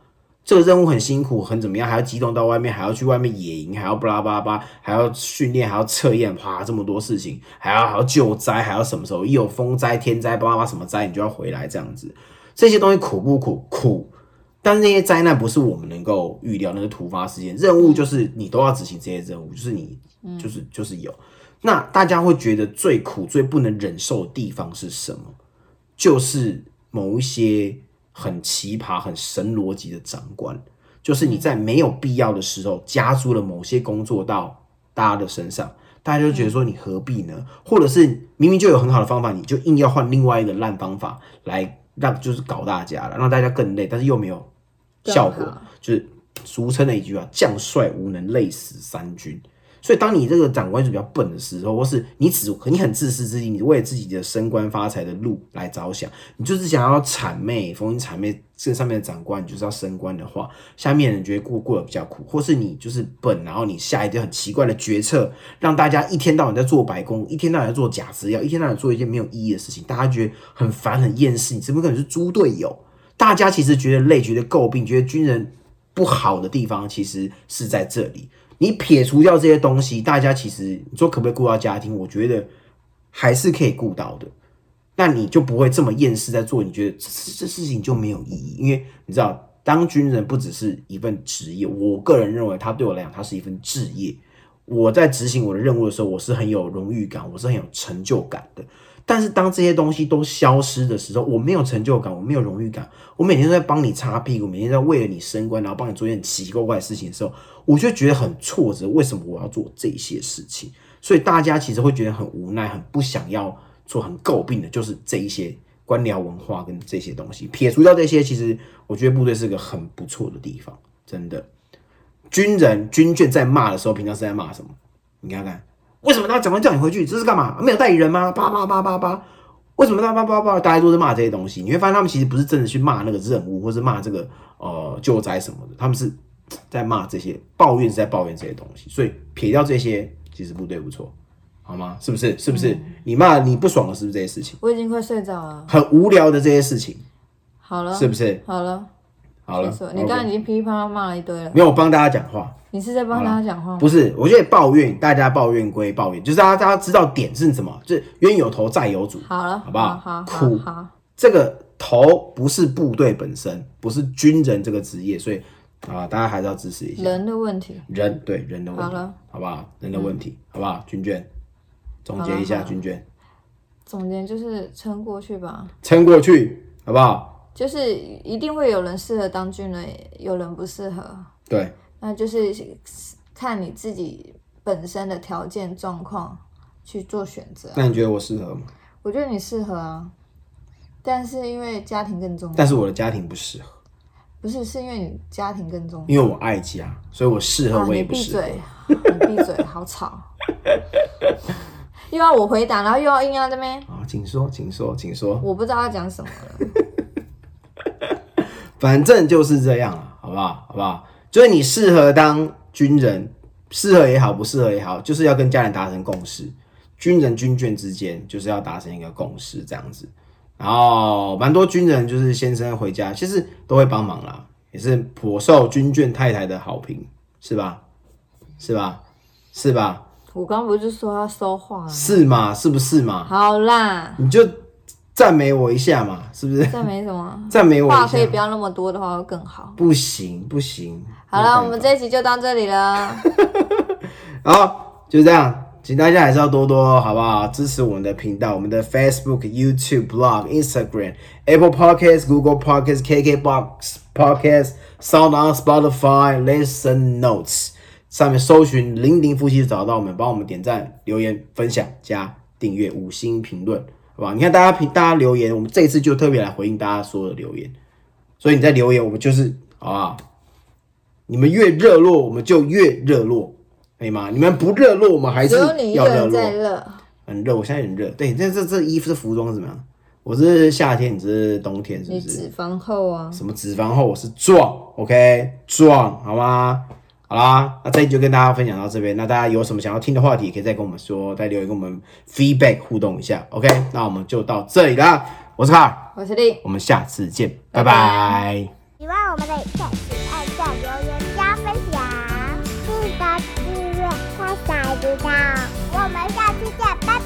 Speaker 3: 这个任务很辛苦，很怎么样，还要机动到外面，还要去外面野营，还要巴拉巴拉巴拉，还要训练，还要测验，哇，这么多事情，还要还要救灾，还要什么时候一有风灾、天灾，巴拉巴拉什么灾，你就要回来这样子。这些东西苦不苦？苦，但是那些灾难不是我们能够预料，那是突发事件。任务就是你都要执行这些任务，就是你就是就是有。那大家会觉得最苦、最不能忍受的地方是什么？就是某一些很奇葩、很神逻辑的长官，就是你在没有必要的时候加诸了某些工作到大家的身上，大家就觉得说你何必
Speaker 4: 嗯
Speaker 3: 呢？或者是明明就有很好的方法，你就硬要换另外一个烂方法来让就是搞大家了，让大家更累，但是又没有效
Speaker 4: 更
Speaker 3: 果
Speaker 4: 好，
Speaker 3: 就是俗称的一句啊，将帅无能，累死三军。所以，当你这个长官是比较笨的时候，或是你只你很自私自利，你为了自己的升官发财的路来着想，你就是想要谄媚、逢迎谄媚这上面的长官，你就是要升官的话，下面的人觉得过过得比较苦，或是你就是笨，然后你下一堆很奇怪的决策，让大家一天到晚在做白工，一天到晚在做假资料，一天到晚做一件没有意义的事情，大家觉得很烦、很厌世，你怎么可能是猪队友？大家其实觉得累、觉得诟病、觉得军人不好的地方，其实是在这里。你撇除掉这些东西，大家其实你说可不可以顾到家庭？我觉得还是可以顾到的。那你就不会这么厌世在做，你觉得这这事情就没有意义，因为你知道，当军人不只是一份职业，我个人认为，它对我来讲，它是一份职业。我在执行我的任务的时候，我是很有荣誉感，我是很有成就感的。但是当这些东西都消失的时候，我没有成就感，我没有荣誉感，我每天都在帮你擦屁股，每天在为了你升官，然后帮你做一件奇奇怪怪的事情的时候，我就觉得很挫折。为什么我要做这些事情？所以大家其实会觉得很无奈，很不想要做，很诟病的就是这一些官僚文化跟这些东西。撇除掉这些，其实我觉得部队是个很不错的地方，真的。军人军眷在骂的时候，平常是在骂什么？你看看，为什么他长官叫你回去？这是干嘛？没有代理人吗？叭叭叭叭叭，为什么叭叭叭叭？大家都是骂这些东西，你会发现他们其实不是真的去骂那个任务，或是骂这个呃救灾什么的，他们是在骂这些抱怨，是在抱怨这些东西。所以撇掉这些，其实部队不错，好吗？是不是？是不是？
Speaker 4: 嗯
Speaker 3: 你骂你不爽的是不是这些事情？
Speaker 4: 我已经快睡着了。
Speaker 3: 很无聊的这些事情，
Speaker 4: 好了，
Speaker 3: 是不是？
Speaker 4: 好了，
Speaker 3: 好了
Speaker 4: 结束了，哦你
Speaker 3: OK
Speaker 4: 刚刚已经噼里啪啦骂了一堆了，
Speaker 3: 没有我帮大家讲话。
Speaker 4: 你是在帮大家讲话吗？
Speaker 3: 不是，我觉得抱怨，大家抱怨归抱怨，就是大家大家知道点是什么，就是冤有头债有主。
Speaker 4: 好了，
Speaker 3: 好不好
Speaker 4: 好，
Speaker 3: 苦
Speaker 4: 好，好
Speaker 3: 这个头不是部队本身，不是军人这个职业，所以啊，大家还是要支持一下
Speaker 4: 人的问题。
Speaker 3: 人对人的问
Speaker 4: 好
Speaker 3: 题
Speaker 4: 了，嗯
Speaker 3: 好不好？人的问题，好不好？军眷，总结一下
Speaker 4: 好了好了
Speaker 3: 军眷，
Speaker 4: 总结就是撑过去吧，
Speaker 3: 撑过去，好不好？
Speaker 4: 就是一定会有人适合当军人，有人不适合，
Speaker 3: 对，
Speaker 4: 那就是看你自己本身的条件状况去做选择。啊
Speaker 3: 那你觉得我适合吗？
Speaker 4: 我觉得你适合啊，但是因为家庭更重要，
Speaker 3: 但是我的家庭不适合，
Speaker 4: 不是是因为你家庭更重要。
Speaker 3: 因为我爱家，所以我适合
Speaker 4: 啊，
Speaker 3: 我
Speaker 4: 你
Speaker 3: 也不
Speaker 4: 闭
Speaker 3: 适合。
Speaker 4: 嘴，你闭嘴，好吵， [LAUGHS] 又要我回答，然后又要硬要这边，
Speaker 3: 啊，请说，请说，请说。
Speaker 4: 我不知道要讲什么了。
Speaker 3: 反正就是这样了，好不好？好不好？就是你适合当军人，适合也好，不适合也好，就是要跟家人达成共识。军人军眷之间就是要达成一个共识这样子。然后蛮多军人就是先生回家，其实都会帮忙啦，也是颇受军眷太太的好评，是吧？是吧？是吧？
Speaker 4: 我刚不是说要说话了？
Speaker 3: 是嘛？是不是嘛？
Speaker 4: 好啦，
Speaker 3: 你就赞美我一下嘛，是不是？
Speaker 4: 这没什么。
Speaker 3: 赞美我
Speaker 4: 话
Speaker 3: 一
Speaker 4: 可以不
Speaker 3: 下，
Speaker 4: 要那么多的话会更好。
Speaker 3: 不行不行。没有办
Speaker 4: 好了，
Speaker 3: 法
Speaker 4: 我们这一集就到这里了。
Speaker 3: 好，就这样，请大家还是要多多好不好支持我们的频道，我们的 Facebook、YouTube、Blog、Instagram、Apple Podcasts、Google Podcasts、KKBox Podcasts、Sound On、Spotify、Listen Notes 上面搜寻“零零夫妻”找到我们，帮我们点赞、留言、分享、加订阅、五星评论，好不好？你看大家评，大家留言，我们这一次就特别来回应大家所有的留言，所以你在留言，我们就是好不好？你们越热络，我们就越热络，可以吗？你们不热络，我们还
Speaker 4: 只
Speaker 3: 是
Speaker 4: 有你一
Speaker 3: 要啊
Speaker 4: 个
Speaker 3: 热
Speaker 4: 人在
Speaker 3: 络。
Speaker 4: 热，
Speaker 3: 很热，我现在很热。对，这这这衣服这服装是怎么样？我是夏天，你是冬天，是
Speaker 4: 你
Speaker 3: 不是？
Speaker 4: 脂肪厚啊。
Speaker 3: 什么脂肪厚？我是壮，OK，壮，好吗？好啦，那这一集就跟大家分享到这边。那大家有什么想要听的话题，也可以再跟我们说，再留言跟我们 feedback 互动一下，OK？那我们就到这里啦，我是卡尔，
Speaker 4: 我是丽，
Speaker 3: 我们下次见，拜
Speaker 4: 拜
Speaker 3: 拜
Speaker 4: 拜
Speaker 1: 喜欢我们的影片，请按赞、留言、加分享，记得订阅、开小铃铛。我们下期见，拜拜。